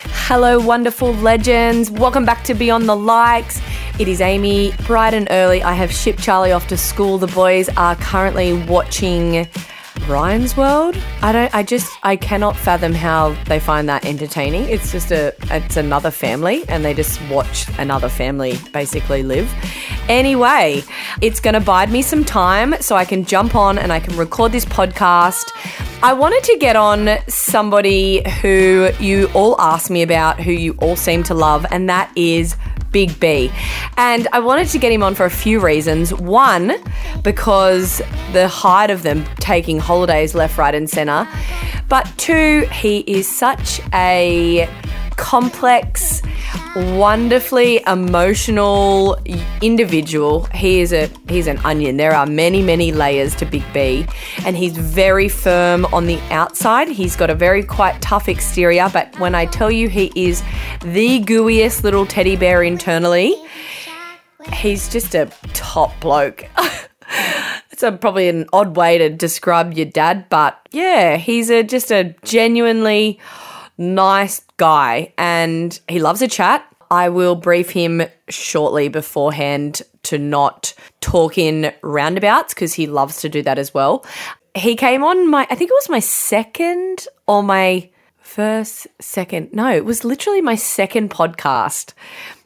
Hello, wonderful legends. Welcome back to Beyond the Likes. It is Amy. Bright and early, I have shipped Charlie off to school. The boys are currently watching Ryan's World. I don't. I just. I cannot fathom how they find that entertaining. It's just a. It's another family, and they just watch another family basically live. Anyway, it's going to bide me some time so I can jump on and I can record this podcast. I wanted to get on somebody who you all asked me about, who you all seem to love, and that is Big B. And I wanted to get him on for a few reasons. One, because the height of them taking holidays left, right, and centre. But two, he is such a complex, wonderfully emotional individual. He is a he's an onion. There are many, many layers to Big B, and he's very firm on the outside. He's got a very quite tough exterior, but when I tell you he is the gooiest little teddy bear internally, he's just a top bloke. it's a, probably an odd way to describe your dad, but yeah, he's a just a genuinely nice guy and he loves a chat. I will brief him shortly beforehand to not talk in roundabouts because he loves to do that as well. He came on my, I think it was my second or my first, second, no, it was literally my second podcast.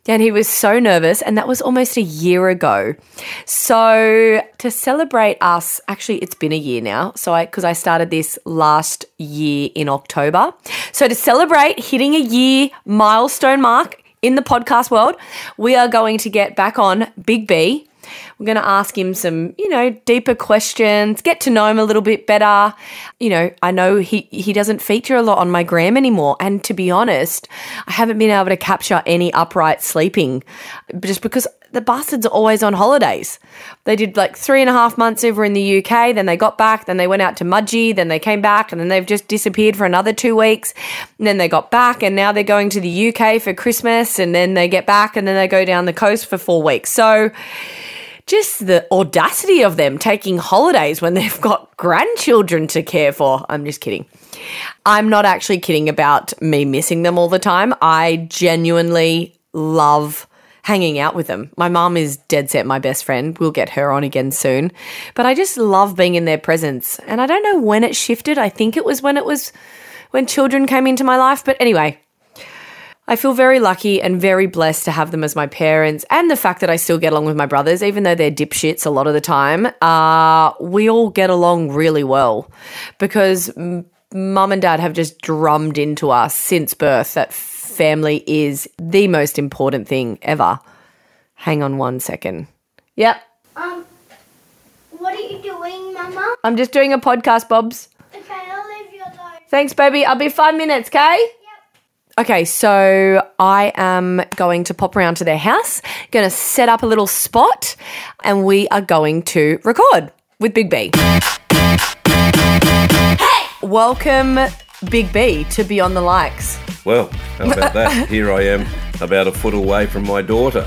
And he was so nervous, and that was almost a year ago. So, to celebrate us, actually, it's been a year now. So, I, because I started this last year in October. So, to celebrate hitting a year milestone mark in the podcast world, we are going to get back on Big B. We're going to ask him some, you know, deeper questions, get to know him a little bit better. You know, I know he he doesn't feature a lot on my gram anymore, and to be honest, I haven't been able to capture any upright sleeping, just because the bastards are always on holidays. They did like three and a half months over in the UK, then they got back, then they went out to Mudgee, then they came back, and then they've just disappeared for another two weeks. And then they got back, and now they're going to the UK for Christmas, and then they get back, and then they go down the coast for four weeks. So just the audacity of them taking holidays when they've got grandchildren to care for. I'm just kidding. I'm not actually kidding about me missing them all the time. I genuinely love hanging out with them. My mom is dead set my best friend. We'll get her on again soon. But I just love being in their presence. And I don't know when it shifted. I think it was when it was when children came into my life, but anyway, I feel very lucky and very blessed to have them as my parents, and the fact that I still get along with my brothers, even though they're dipshits a lot of the time. Uh, we all get along really well because m- mum and dad have just drummed into us since birth that family is the most important thing ever. Hang on one second. Yep, Um, what are you doing, Mama? I'm just doing a podcast, Bobs. Okay, I'll leave you alone. Thanks, baby. I'll be five minutes, okay? Okay, so I am going to pop around to their house, going to set up a little spot, and we are going to record with Big B. Welcome, Big B, to Beyond the Likes. Well, how about that? Here I am, about a foot away from my daughter,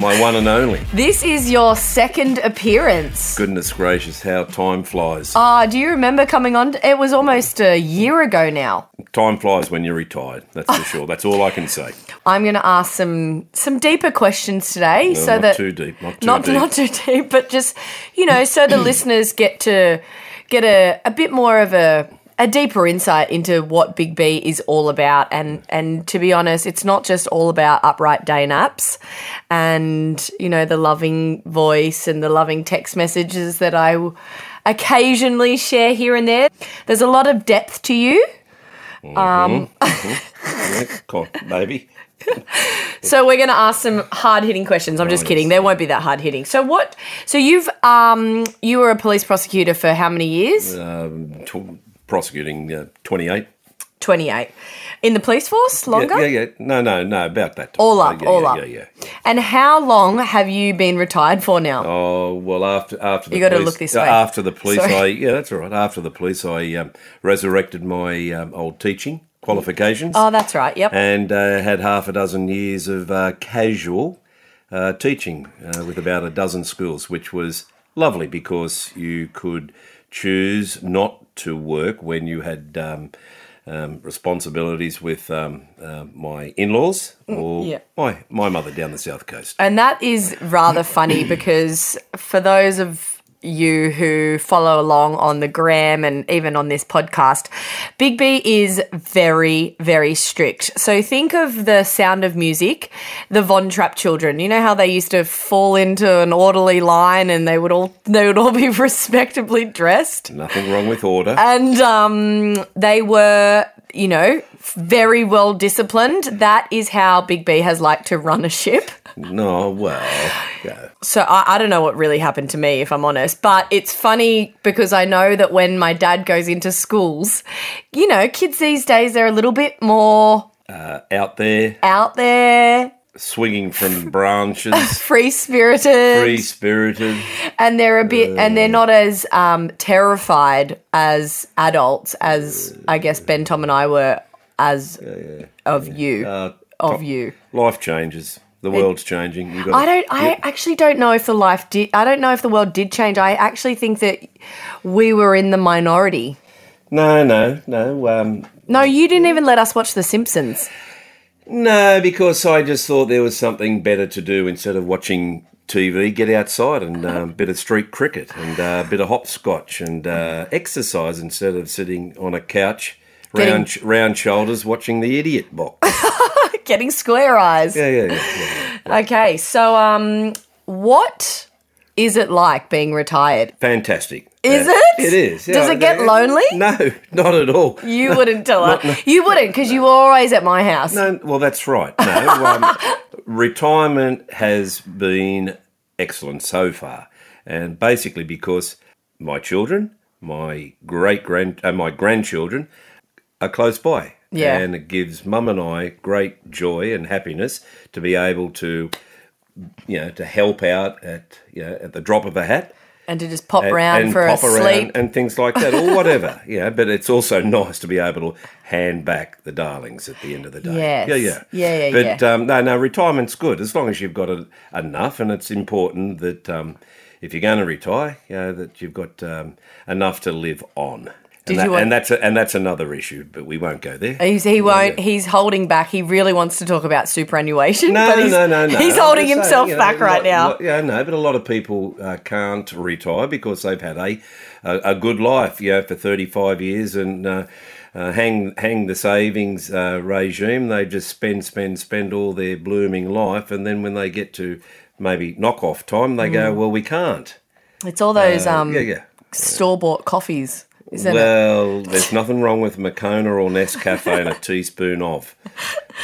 my one and only. This is your second appearance. Goodness gracious, how time flies. Ah, do you remember coming on? It was almost a year ago now. Time flies when you're retired, that's for sure. That's all I can say. I'm going to ask some some deeper questions today, No, so not that too deep, not too not deep. not too deep, but just you know, so the listeners get to get a, a bit more of a a deeper insight into what Big B is all about, and and to be honest, it's not just all about upright day naps, and you know the loving voice and the loving text messages that I w- occasionally share here and there. There's a lot of depth to you. Yeah, co- Maybe. So we're going to ask some hard-hitting questions. I'm just Right. kidding. They won't be that hard-hitting. So what? So you've um you were a police prosecutor for how many years? Um, t- prosecuting uh, 28. 28. In the police force Yeah, longer? yeah, yeah. No, no, no, about that. All up, yeah, all yeah, up. Yeah, yeah. And how long have you been retired for now? Oh well, after after the You gotta police- look this uh, way. After the police, Sorry. I yeah, that's all right. After the police, I um, resurrected my um, old teaching qualifications. Oh, that's right. Yep. and uh, had half a dozen years of uh, casual uh, teaching uh, with about a dozen schools, which was lovely because you could choose not to work when you had um, um, responsibilities with um, uh, my in-laws or Mm, yeah. my my mother down the south coast. And that is rather funny because for those of you who follow along on the gram and even on this podcast, Big B is very, very strict. So think of the sound of music, the Von Trapp children. You know how they used to fall into an orderly line and they would all they would all be respectably dressed? Nothing wrong with order. and um, they were, you know, very well disciplined. That is how Big B has liked to run a ship. no, well, yeah. So I, I don't know what really happened to me, if I'm honest. But it's funny because I know that when my dad goes into schools, you know, kids these days they're a little bit more Uh, out there out there, swinging from branches, free spirited, free spirited. and they're a bit, and they're not as um, terrified as adults as I guess Ben Tom and I were as of you, of you. Life changes. The world's changing. You got. I don't. I actually don't know if the life did. I don't know if the world did change. I actually think that we were in the minority. No, no, no. Um, No, you didn't even let us watch The Simpsons. no, because I just thought there was something better to do instead of watching TV. Get outside and um, a bit of street cricket and uh, a bit of hopscotch and uh, exercise instead of sitting on a couch. Getting- Round, sh- round shoulders watching the idiot box. Getting square eyes. Yeah, yeah, yeah. yeah. Okay, so um, what is it like being retired? Fantastic. Is Yeah. it? It is. Does it get lonely? No, not at all. You wouldn't tell us. You wouldn't because you were always at my house. No, well, that's right. No, um, retirement has been excellent so far, and basically because my children, my great grand, uh, my grandchildren, are close by. Yeah. and it gives mum and I great joy and happiness to be able to, you know, to help out at you know at the drop of a hat. And to just pop round and- round and for pop a around sleep. and things like that, or whatever. yeah, but it's also nice to be able to hand back the darlings at the end of the day. Yes. Yeah, yeah, Yeah, yeah, But Um, no, no, retirement's good as long as you've got a, enough, and it's important that um, if you're going to retire, you know, that you've got um, enough to live on. Did and, that- you want- and that's a, and that's another issue, but we won't go there. He's, he won't. He's holding back. He really wants to talk about superannuation. but he's, no, no, no. He's I'm holding just himself saying, you know, back a right lot- now. lot- yeah, no, but a lot of people uh, can't retire because they've had a a, a good life, you know, for thirty five years and. Uh, uh, hang, hang the savings uh, regime. They just spend, spend, spend all their blooming life, and then when they get to maybe knock off time, they go, "Well, we can't." It's all those Mm. um, Uh, yeah, yeah. store bought coffees, isn't it? Well, there's nothing wrong with Makona or Nescafe and a teaspoon of,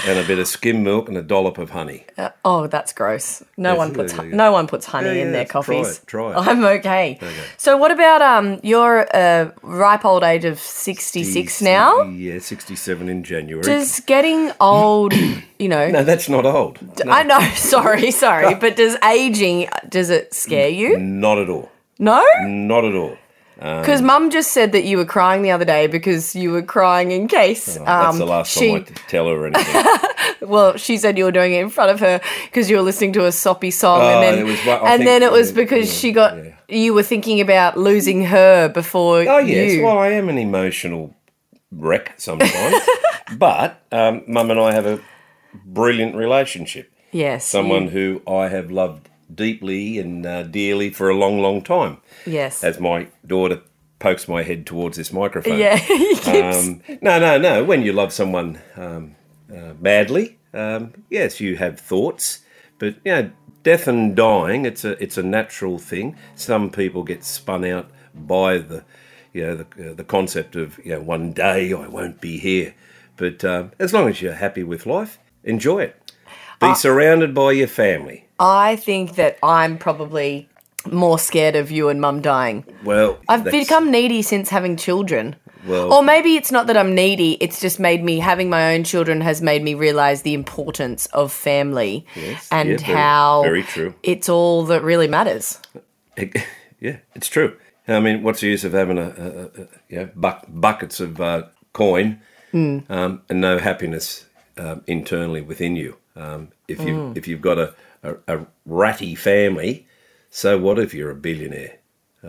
and a bit of skim milk and a dollop of honey. Oh, that's gross. No Yes, one yeah, puts yeah, yeah. no one puts honey Yeah, in yeah, their it's- try coffees. it, try it. I'm okay. So, what about um your uh, ripe old age of 66 now? Yeah, 67 in January. Does getting old, you know? no, that's not old. I know. Sorry, sorry, but does aging does it scare you? Not at all. No, Not at all. because Mum just said that you were crying the other day because you were crying in case. Oh, That's um, the last she, time I t- tell her anything. Well, she said you were doing it in front of her because you were listening to a soppy song, Oh, and then it was one- I and think- then it was yeah, because yeah, she got yeah. you were thinking about losing her before oh, yes. you. Well, I am an emotional wreck sometimes. but um, Mum and I have a brilliant relationship. yes, Someone you- who I have loved deeply and uh, dearly for a long, long time. yes, As my daughter pokes my head towards this microphone. yeah. he keeps- Um, no, no, no. When you love someone um, uh, madly, um, yes, you have thoughts, but you know, death and dying, it's a it's a natural thing. Some people get spun out by the you know the, uh, the concept of you know one day I won't be here, but um, as long as you're happy with life, enjoy it. Be surrounded by your family. I think that I'm probably more scared of you and Mum dying. Well, I've that's- become needy since having children. Well- or maybe it's not that I'm needy, it's just made me having my own children has made me realize the importance of family Yes, and yeah, very- how very true. it's all that really matters. yeah, it's true. I mean, what's the use of having a, a, a- a you know, buck, buckets of uh, coin um, and no happiness um, internally within you? Um, if you if you've got a, a, a ratty family, so what if you're a billionaire?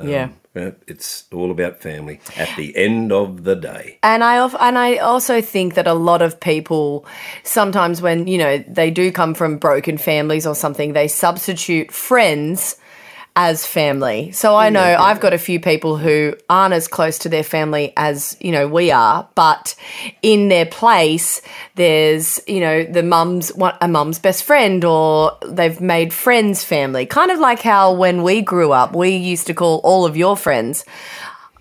yeah. Uh, It's all about family at the end of the day. And I of, and I also think that a lot of people sometimes when you know they do come from broken families or something they substitute friends as family. So I know I've got a few people who aren't as close to their family as you know we are, but in their place there's you know the mum's one- a mum's best friend or they've made friends family. Kind of like how when we grew up we used to call all of your friends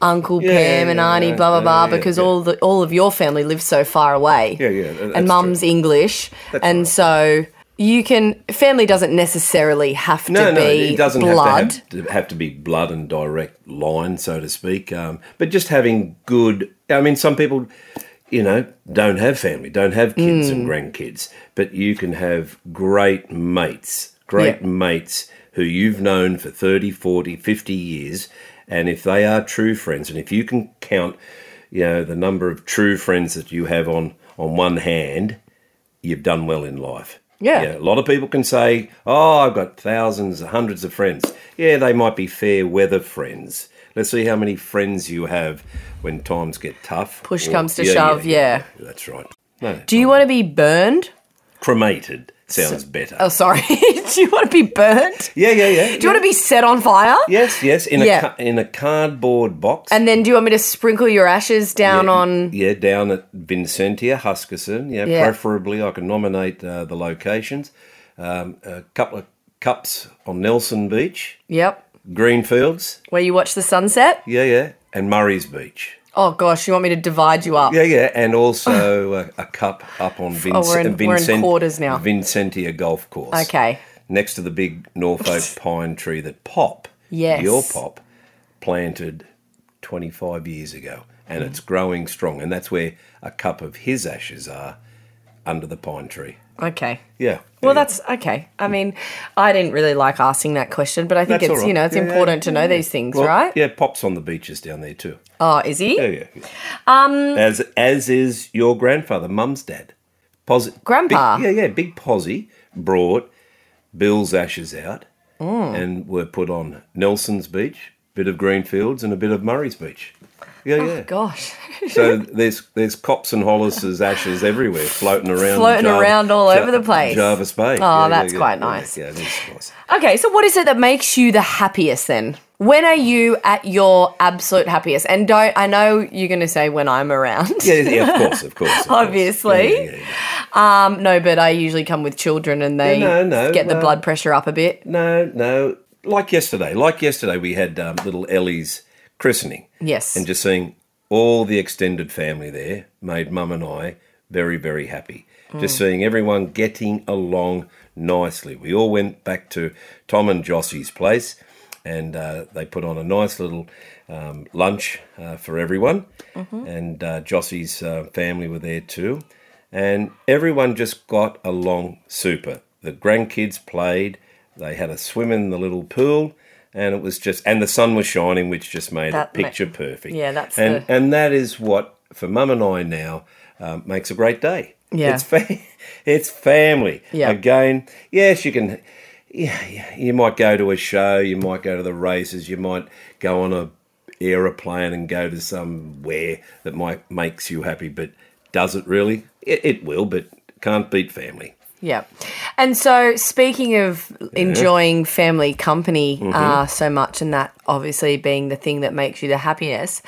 Uncle Yeah, Pam yeah, and yeah, Auntie, yeah, blah blah yeah, blah, yeah, because yeah. all the all of your family lives so far away. Yeah, yeah, that- that's and Mum's English, and right. so you can family doesn't necessarily have to No, be no, it doesn't blood. Have, to have, to have to be blood and direct line, so to speak. Um, but just having good. I mean, some people, you know, don't have family, don't have kids Hmm. and grandkids, but you can have great mates, great Yeah. mates who you've known for 30, 40, 50 years. And if they are true friends, and if you can count, you know, the number of true friends that you have on on one hand, you've done well in life. Yeah. a lot of people can say, "Oh, I've got thousands, hundreds of friends." Yeah, they might be fair weather friends. Let's see how many friends you have when times get tough. Push comes to shove, yeah. That's right. No, Do you want to be burned? cremated sounds better. Oh, sorry. Do you want to be burnt? yeah, yeah, yeah. Do you want to be set on fire? Yes, yes, in Yeah. a ca- in a cardboard box. And then do you want me to sprinkle your ashes down yeah, on? yeah down at Vincentia Huskisson. Yeah, Yeah. preferably I can nominate uh, the locations. Um, a couple of cups on Nelson Beach, Yep, Greenfields. where you watch the sunset. Yeah, yeah, and Murray's Beach. Oh gosh, you want me to divide you up? Yeah, yeah, and also a, a cup up on Vince, Oh. we're in- we're in quarters now. Vincentia Golf Course. Okay. Next to the big North Oak pine tree that Pop, Yes. your Pop, planted 25 years ago. And it's Mm-hmm. growing strong. And that's where a cup of his ashes are under the pine tree. Okay. Yeah. Well, yeah. that's okay. I mean, I didn't really like asking that question, but I think That's it's all you know right. it's Yeah, yeah, important to know these things, Well, right? Yeah, Pop's on the beaches down there too. Oh, is he? Yeah, yeah. yeah. Um, as as is your grandfather, Mum's dad, Pos- Grandpa. Big, yeah, yeah. Big posse brought Bill's ashes out Mm. and were put on Nelson's Beach, bit of Greenfields, and a bit of Murray's Beach. Yeah, Oh, yeah. Gosh, so there's there's cops and Hollis's ashes everywhere, floating around, Floating around all over the place. Jarvis Bay. Oh, that's quite nice. Yeah, that's nice. Okay, so what is it that makes you the happiest then? When are you at your absolute happiest? And don't I know you're going to say when I'm around. Yeah, yeah, of course, of course. of course. Obviously. Yeah, yeah, yeah. Um, no, but I usually come with children and they Yeah, no, no, get the well- blood pressure up a bit. No, no. Like yesterday, like yesterday, we had um, little Ellie's christening. Yes. And just seeing all the extended family there made mum and I very, very happy. Just seeing everyone getting along nicely. We all went back to Tom and Jossie's place and uh, they put on a nice little um, lunch uh, for everyone. And uh, Jossie's uh, family were there too. And everyone just got along super. The grandkids played, they had a swim in the little pool. And it was just, and the sun was shining, which just made That it ma- picture perfect. Yeah, that's and the- and that is what for mum and I now um, makes a great day. Yeah. it's fa- it's family. Yeah. Again, yes, you can. Yeah, yeah, you might go to a show, you might go to the races, you might go on a aeroplane and go to somewhere that might makes you happy, but does it really? It, it will, but can't beat family. Yeah. And so, speaking of enjoying family company Mm-hmm. uh, so much, and that obviously being the thing that makes you the happiness,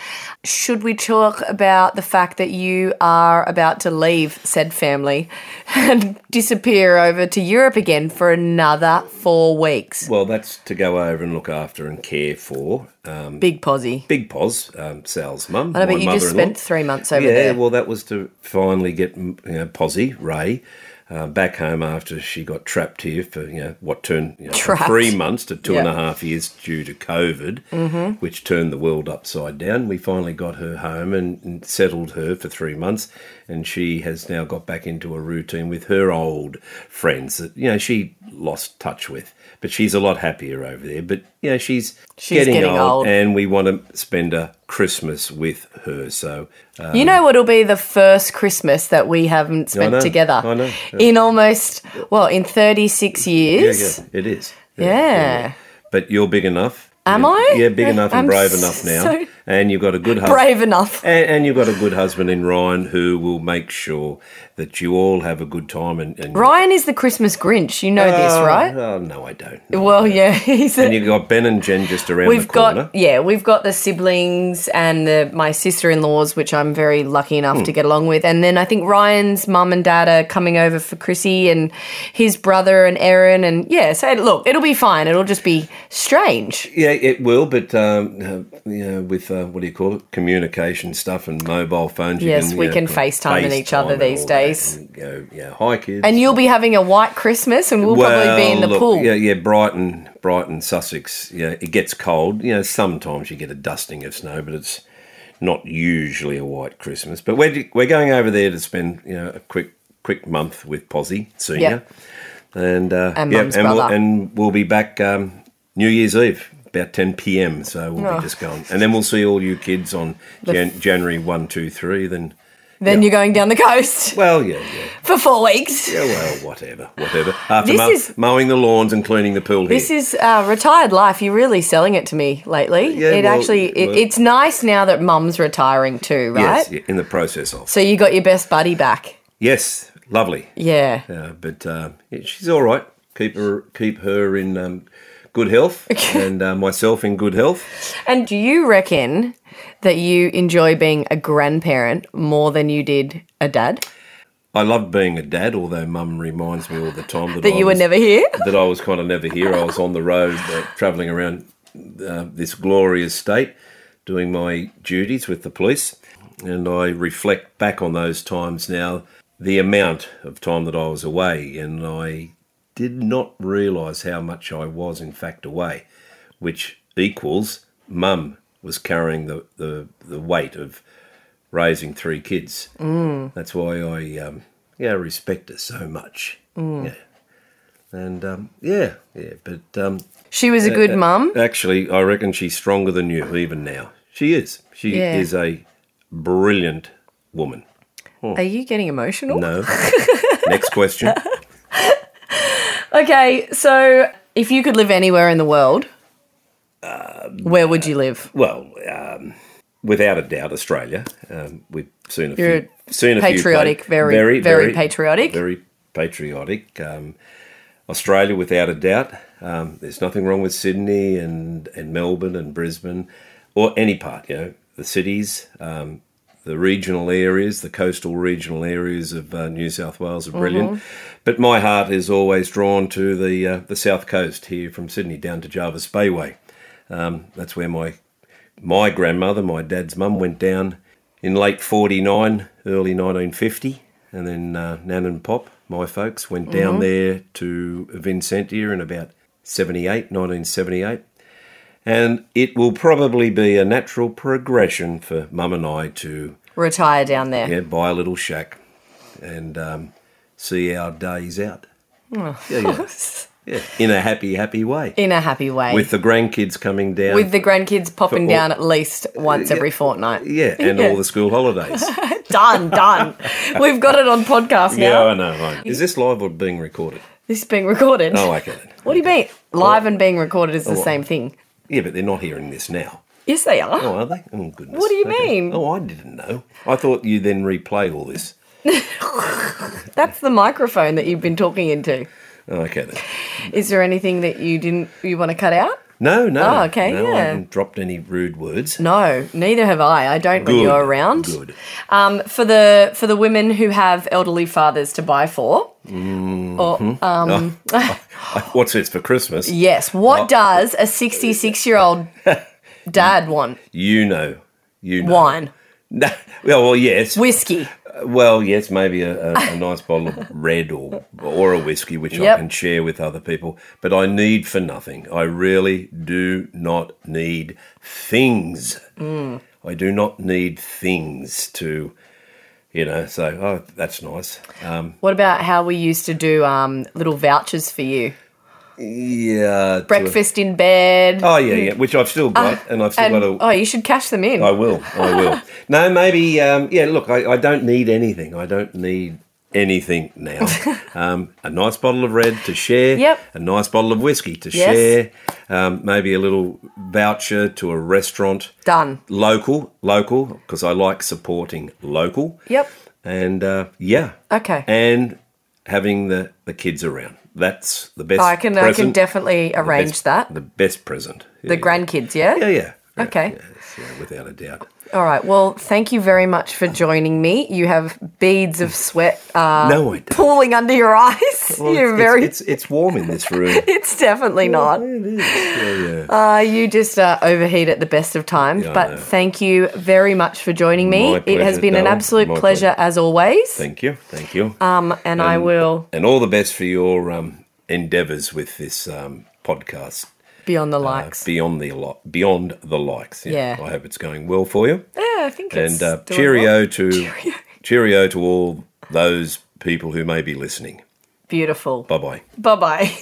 should we talk about the fact that you are about to leave said family and disappear over to Europe again for another four weeks? Well, that's to go over and look after and care for uh, Big posy. Big Pos, um, Sal's mum. I know, my but you just mother-in-law. spent three months over yeah, there. well, that was to finally get mm, you know, Posy Ray uh, back home after she got trapped here for you know what turned you know, from Trapped. three months to two and a Yeah. Mm-hmm. half years due to COVID, which turned the world upside down. We finally got her home and, and settled her for three months, and she has now got back into a routine with her old friends that you know she lost touch with. But she's a lot happier over there. But you know she's, She's getting old. and we want to spend a Christmas with her. So you know what'll be the first Christmas that we haven't spent know, together um, I know, yeah. in almost well in thirty six years. Yeah, yeah, it is. Yeah. But you're big enough Am You're- I? You're big enough and I'm brave enough now, so and you've got a good husband. brave enough. And, and you've got a good husband in Ryan who will make sure that you all have a good time. And, and Ryan is the Christmas Grinch. You know this, Oh, right? Oh, no, I don't. Well, yeah, he's And a, you've got Ben and Jen just around we've the corner. got yeah, we've got the siblings and the, my sister-in-laws, which I'm very lucky enough Hmm. to get along with. And then I think Ryan's mum and dad are coming over for Chrissy and his brother and Erin, and yeah. So look, it'll be fine. It'll just be strange. Yeah, it will, but um, uh, you know, with uh, what do you call it, communication stuff and mobile phones. You Yes, we you can FaceTime in each other and all these that days. and go, yeah, hi kids. And you'll be having a white Christmas, and we'll probably be in the look, pool. Yeah, yeah, Brighton, Brighton, Sussex. Yeah, it gets cold. You know, sometimes you get a dusting of snow, but it's not usually a white Christmas. But we're we're going over there to spend you know a quick quick month with Posy Senior, and uh, And yeah, Mum's and we'll, brother. and we'll be back um, New Year's Eve. About 10 p.m., so we'll Oh. be just going, and then we'll see all you kids on Jan- January one, two, three. Then, then you're going down the coast well, yeah, yeah, for four weeks. yeah, well, whatever, whatever. After This mow- is- mowing the lawns and cleaning the pool, here. This is uh, retired life. You're really selling it to me lately. Yeah, it well, actually, it, well- it's nice now that mum's retiring too, right? Yes, yeah, in the process of. So you got your best buddy back. Yes, lovely. Yeah. Uh, but uh, yeah, she's all right. Keep her, keep her in um, good health, and uh, myself in good health. And do you reckon that you enjoy being a grandparent more than you did a dad? I love being a dad, although Mum reminds me all the time that, That I you were was- never here? that I was kind of never here. I was on the road, uh, travelling around uh, this glorious state, doing my duties with the police, and I reflect back on those times now. The amount of time that I was away, and I did not realise how much I was in fact away, which equals Mum was carrying the the, the weight of raising three kids. That's why I um, yeah respect her so much. Yeah. And um, yeah, yeah, but um, She was a good mum. actually, I reckon she's stronger than you even now. She is. She Yeah. is a brilliant woman. Are you getting emotional? No. Next question. Okay, so if you could live anywhere in the world, Um, where would you live? Well, um, without a doubt, Australia. Um, we've seen a You're few, seen a patriotic, few pla- very- very patriotic. very patriotic. Um, Australia, without a doubt. Um, there's nothing wrong with Sydney and and Melbourne and Brisbane, or any part. You know, the cities, um, the regional areas, the coastal regional areas of uh, New South Wales are brilliant. But my heart is always drawn to the uh, the south coast here from Sydney down to Jarvis Bayway. Um, that's where my my grandmother, my dad's mum, went down in late 49, early 1950. And then uh, Nan and Pop, my folks, went Mm-hmm. down there to Vincentia in about 78, 1978. And it will probably be a natural progression for mum and I to Retire down there. yeah, buy a little shack and um, see our days out. Yeah, yeah. yeah, in a happy, happy way. In a happy way. With the grandkids coming down. With the grandkids popping all- down at least once every fortnight. yeah, and Yeah. all the school holidays. Done, done. We've got it on podcast Yeah, now. I know. I know. Is this live or being recorded? This is being recorded. Oh, okay. then. What do you mean? Live and being recorded is the same thing. Yeah, but they're not hearing this now. Yes, they are. Oh, are they? Oh, goodness. What do you mean? Oh, I didn't know. I thought you then replay all this. That's the microphone that you've been talking into. Oh, okay then. Is there anything that you didn't you want to cut out? No, no. Oh, okay, No, I yeah. haven't dropped any rude words. No, neither have I. I don't when you're around. Good. Um, for the for the women who have elderly fathers to buy for. Mm-hmm. Or, um, What's this for Christmas? yes, what Oh. does a 66 year old dad want? You know. You know. Wine, No. Well, well, yes. whiskey. Well, yes, maybe a, a, a nice bottle of red or or a whiskey, which Yep. I can share with other people. But I need for nothing. I really do not need things. Mm. I do not need things to, you know. So oh, that's nice. Um, What about how we used to do um, little vouchers for you? yeah. to- Breakfast in bed. oh yeah, yeah. Which I've still got, and I've still and, got a. oh, you should cash them in. I will. I will. no, maybe. Um, yeah. Look, I, I don't need anything. I don't need anything now. um, a nice bottle of red to share. Yep. A nice bottle of whiskey to Yes. share. um, maybe a little voucher to a restaurant. Done. Local, local, because I like supporting local. Yep. And uh, yeah. Okay. And having the, the kids around. That's the best I can I present. can definitely The arrange best- that. The best present. The Yeah. grandkids, yeah? Yeah, yeah. Yeah, Okay. yes, yeah, without a doubt. All right. Well, thank you very much for joining me. You have beads of sweat uh, no, I don't. pooling under your eyes. Well, You're it's, very. It's, it's, it's, it's warm in this room. definitely not. It is. Yeah, yeah. Uh, you just uh, overheat at the best of times. Yeah, I know. but thank you very much for joining me. My it has pleasure, been an darling. absolute My pleasure, as always. Thank you. Thank you. um, and I will and all the best for your um, endeavours with this um, podcast. be on the uh, likes. beyond the li- beyond the likes. Yeah. I hope it's going well for you. yeah, I think it's and uh, doing cheerio well. to cheerio. to all those people who may be listening. Beautiful. Bye bye. Bye bye.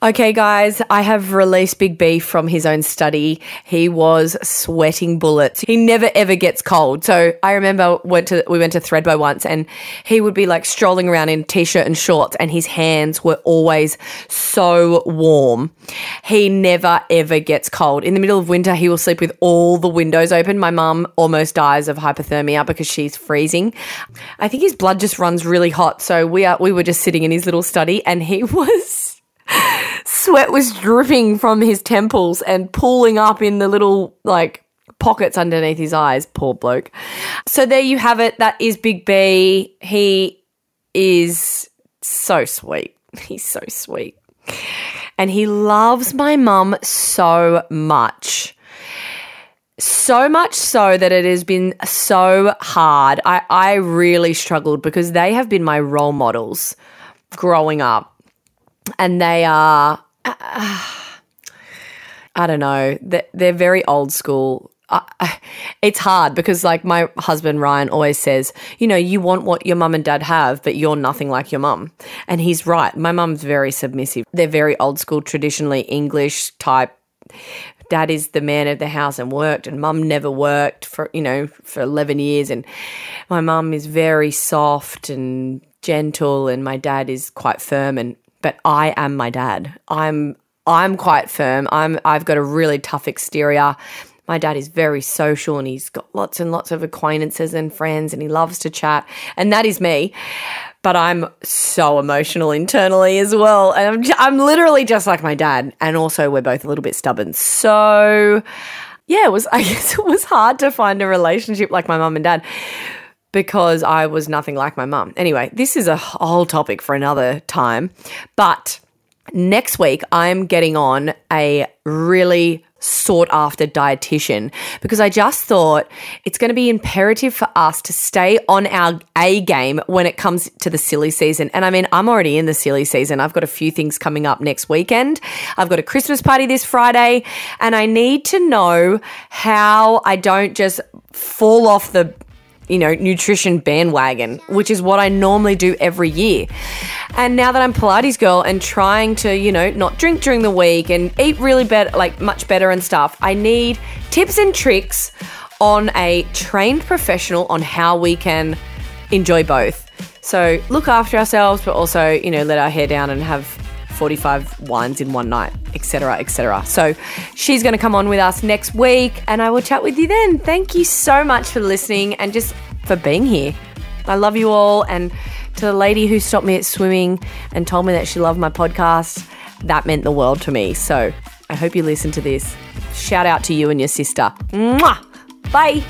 Okay, guys, I have released Big B from his own study. He was sweating bullets. He never ever gets cold. So I remember went to we went to Threadbow once, and he would be like strolling around in t-shirt and shorts, and his hands were always so warm. He never ever gets cold. In the middle of winter, he will sleep with all the windows open. My mum almost dies of hypothermia because she's freezing. I think his blood just runs really hot. So we are we were just sitting in his little study, and he was sweat was dripping from his temples and pooling up in the little like pockets underneath his eyes poor bloke so there you have it that is big b he is so sweet he's so sweet and he loves my mum so much so much so that it has been so hard i i really struggled because they have been my role models growing up and they are I don't know. They're, they're very old school. I, I, it's hard because, like, my husband Ryan always says, you know, you want what your mum and dad have, but you're nothing like your mum. And he's right. My mum's very submissive. They're very old school, traditionally English type. Dad is the man of the house and worked, and mum never worked for, you know, for 11 years. And my mum is very soft and gentle, and my dad is quite firm. And, but I am my dad. I'm, I'm quite firm. I'm I've got a really tough exterior. My dad is very social and he's got lots and lots of acquaintances and friends and he loves to chat and that is me. But I'm so emotional internally as well. And I'm, j- I'm literally just like my dad and also we're both a little bit stubborn. So yeah, it was I guess it was hard to find a relationship like my mum and dad because I was nothing like my mum. Anyway, this is a whole topic for another time. But next week I'm getting on a really sought after dietitian because I just thought it's going to be imperative for us to stay on our A game when it comes to the silly season. And I mean, I'm already in the silly season. I've got a few things coming up next weekend. I've got a Christmas party this Friday, and I need to know how I don't just fall off the you know, nutrition bandwagon, which is what I normally do every year. And now that I'm Pilates girl and trying to, you know, not drink during the week and eat really better, like much better and stuff, I need tips and tricks on a trained professional on how we can enjoy both. So look after ourselves, but also, you know, let our hair down and have 45 wines in one night, etc., etc. So she's going to come on with us next week, and I will chat with you then. Thank you so much for listening and just for being here. I love you all, and to the lady who stopped me at swimming and told me that she loved my podcast, that meant the world to me. So I hope you listen to this. Shout out to you and your sister. Mwah! Bye.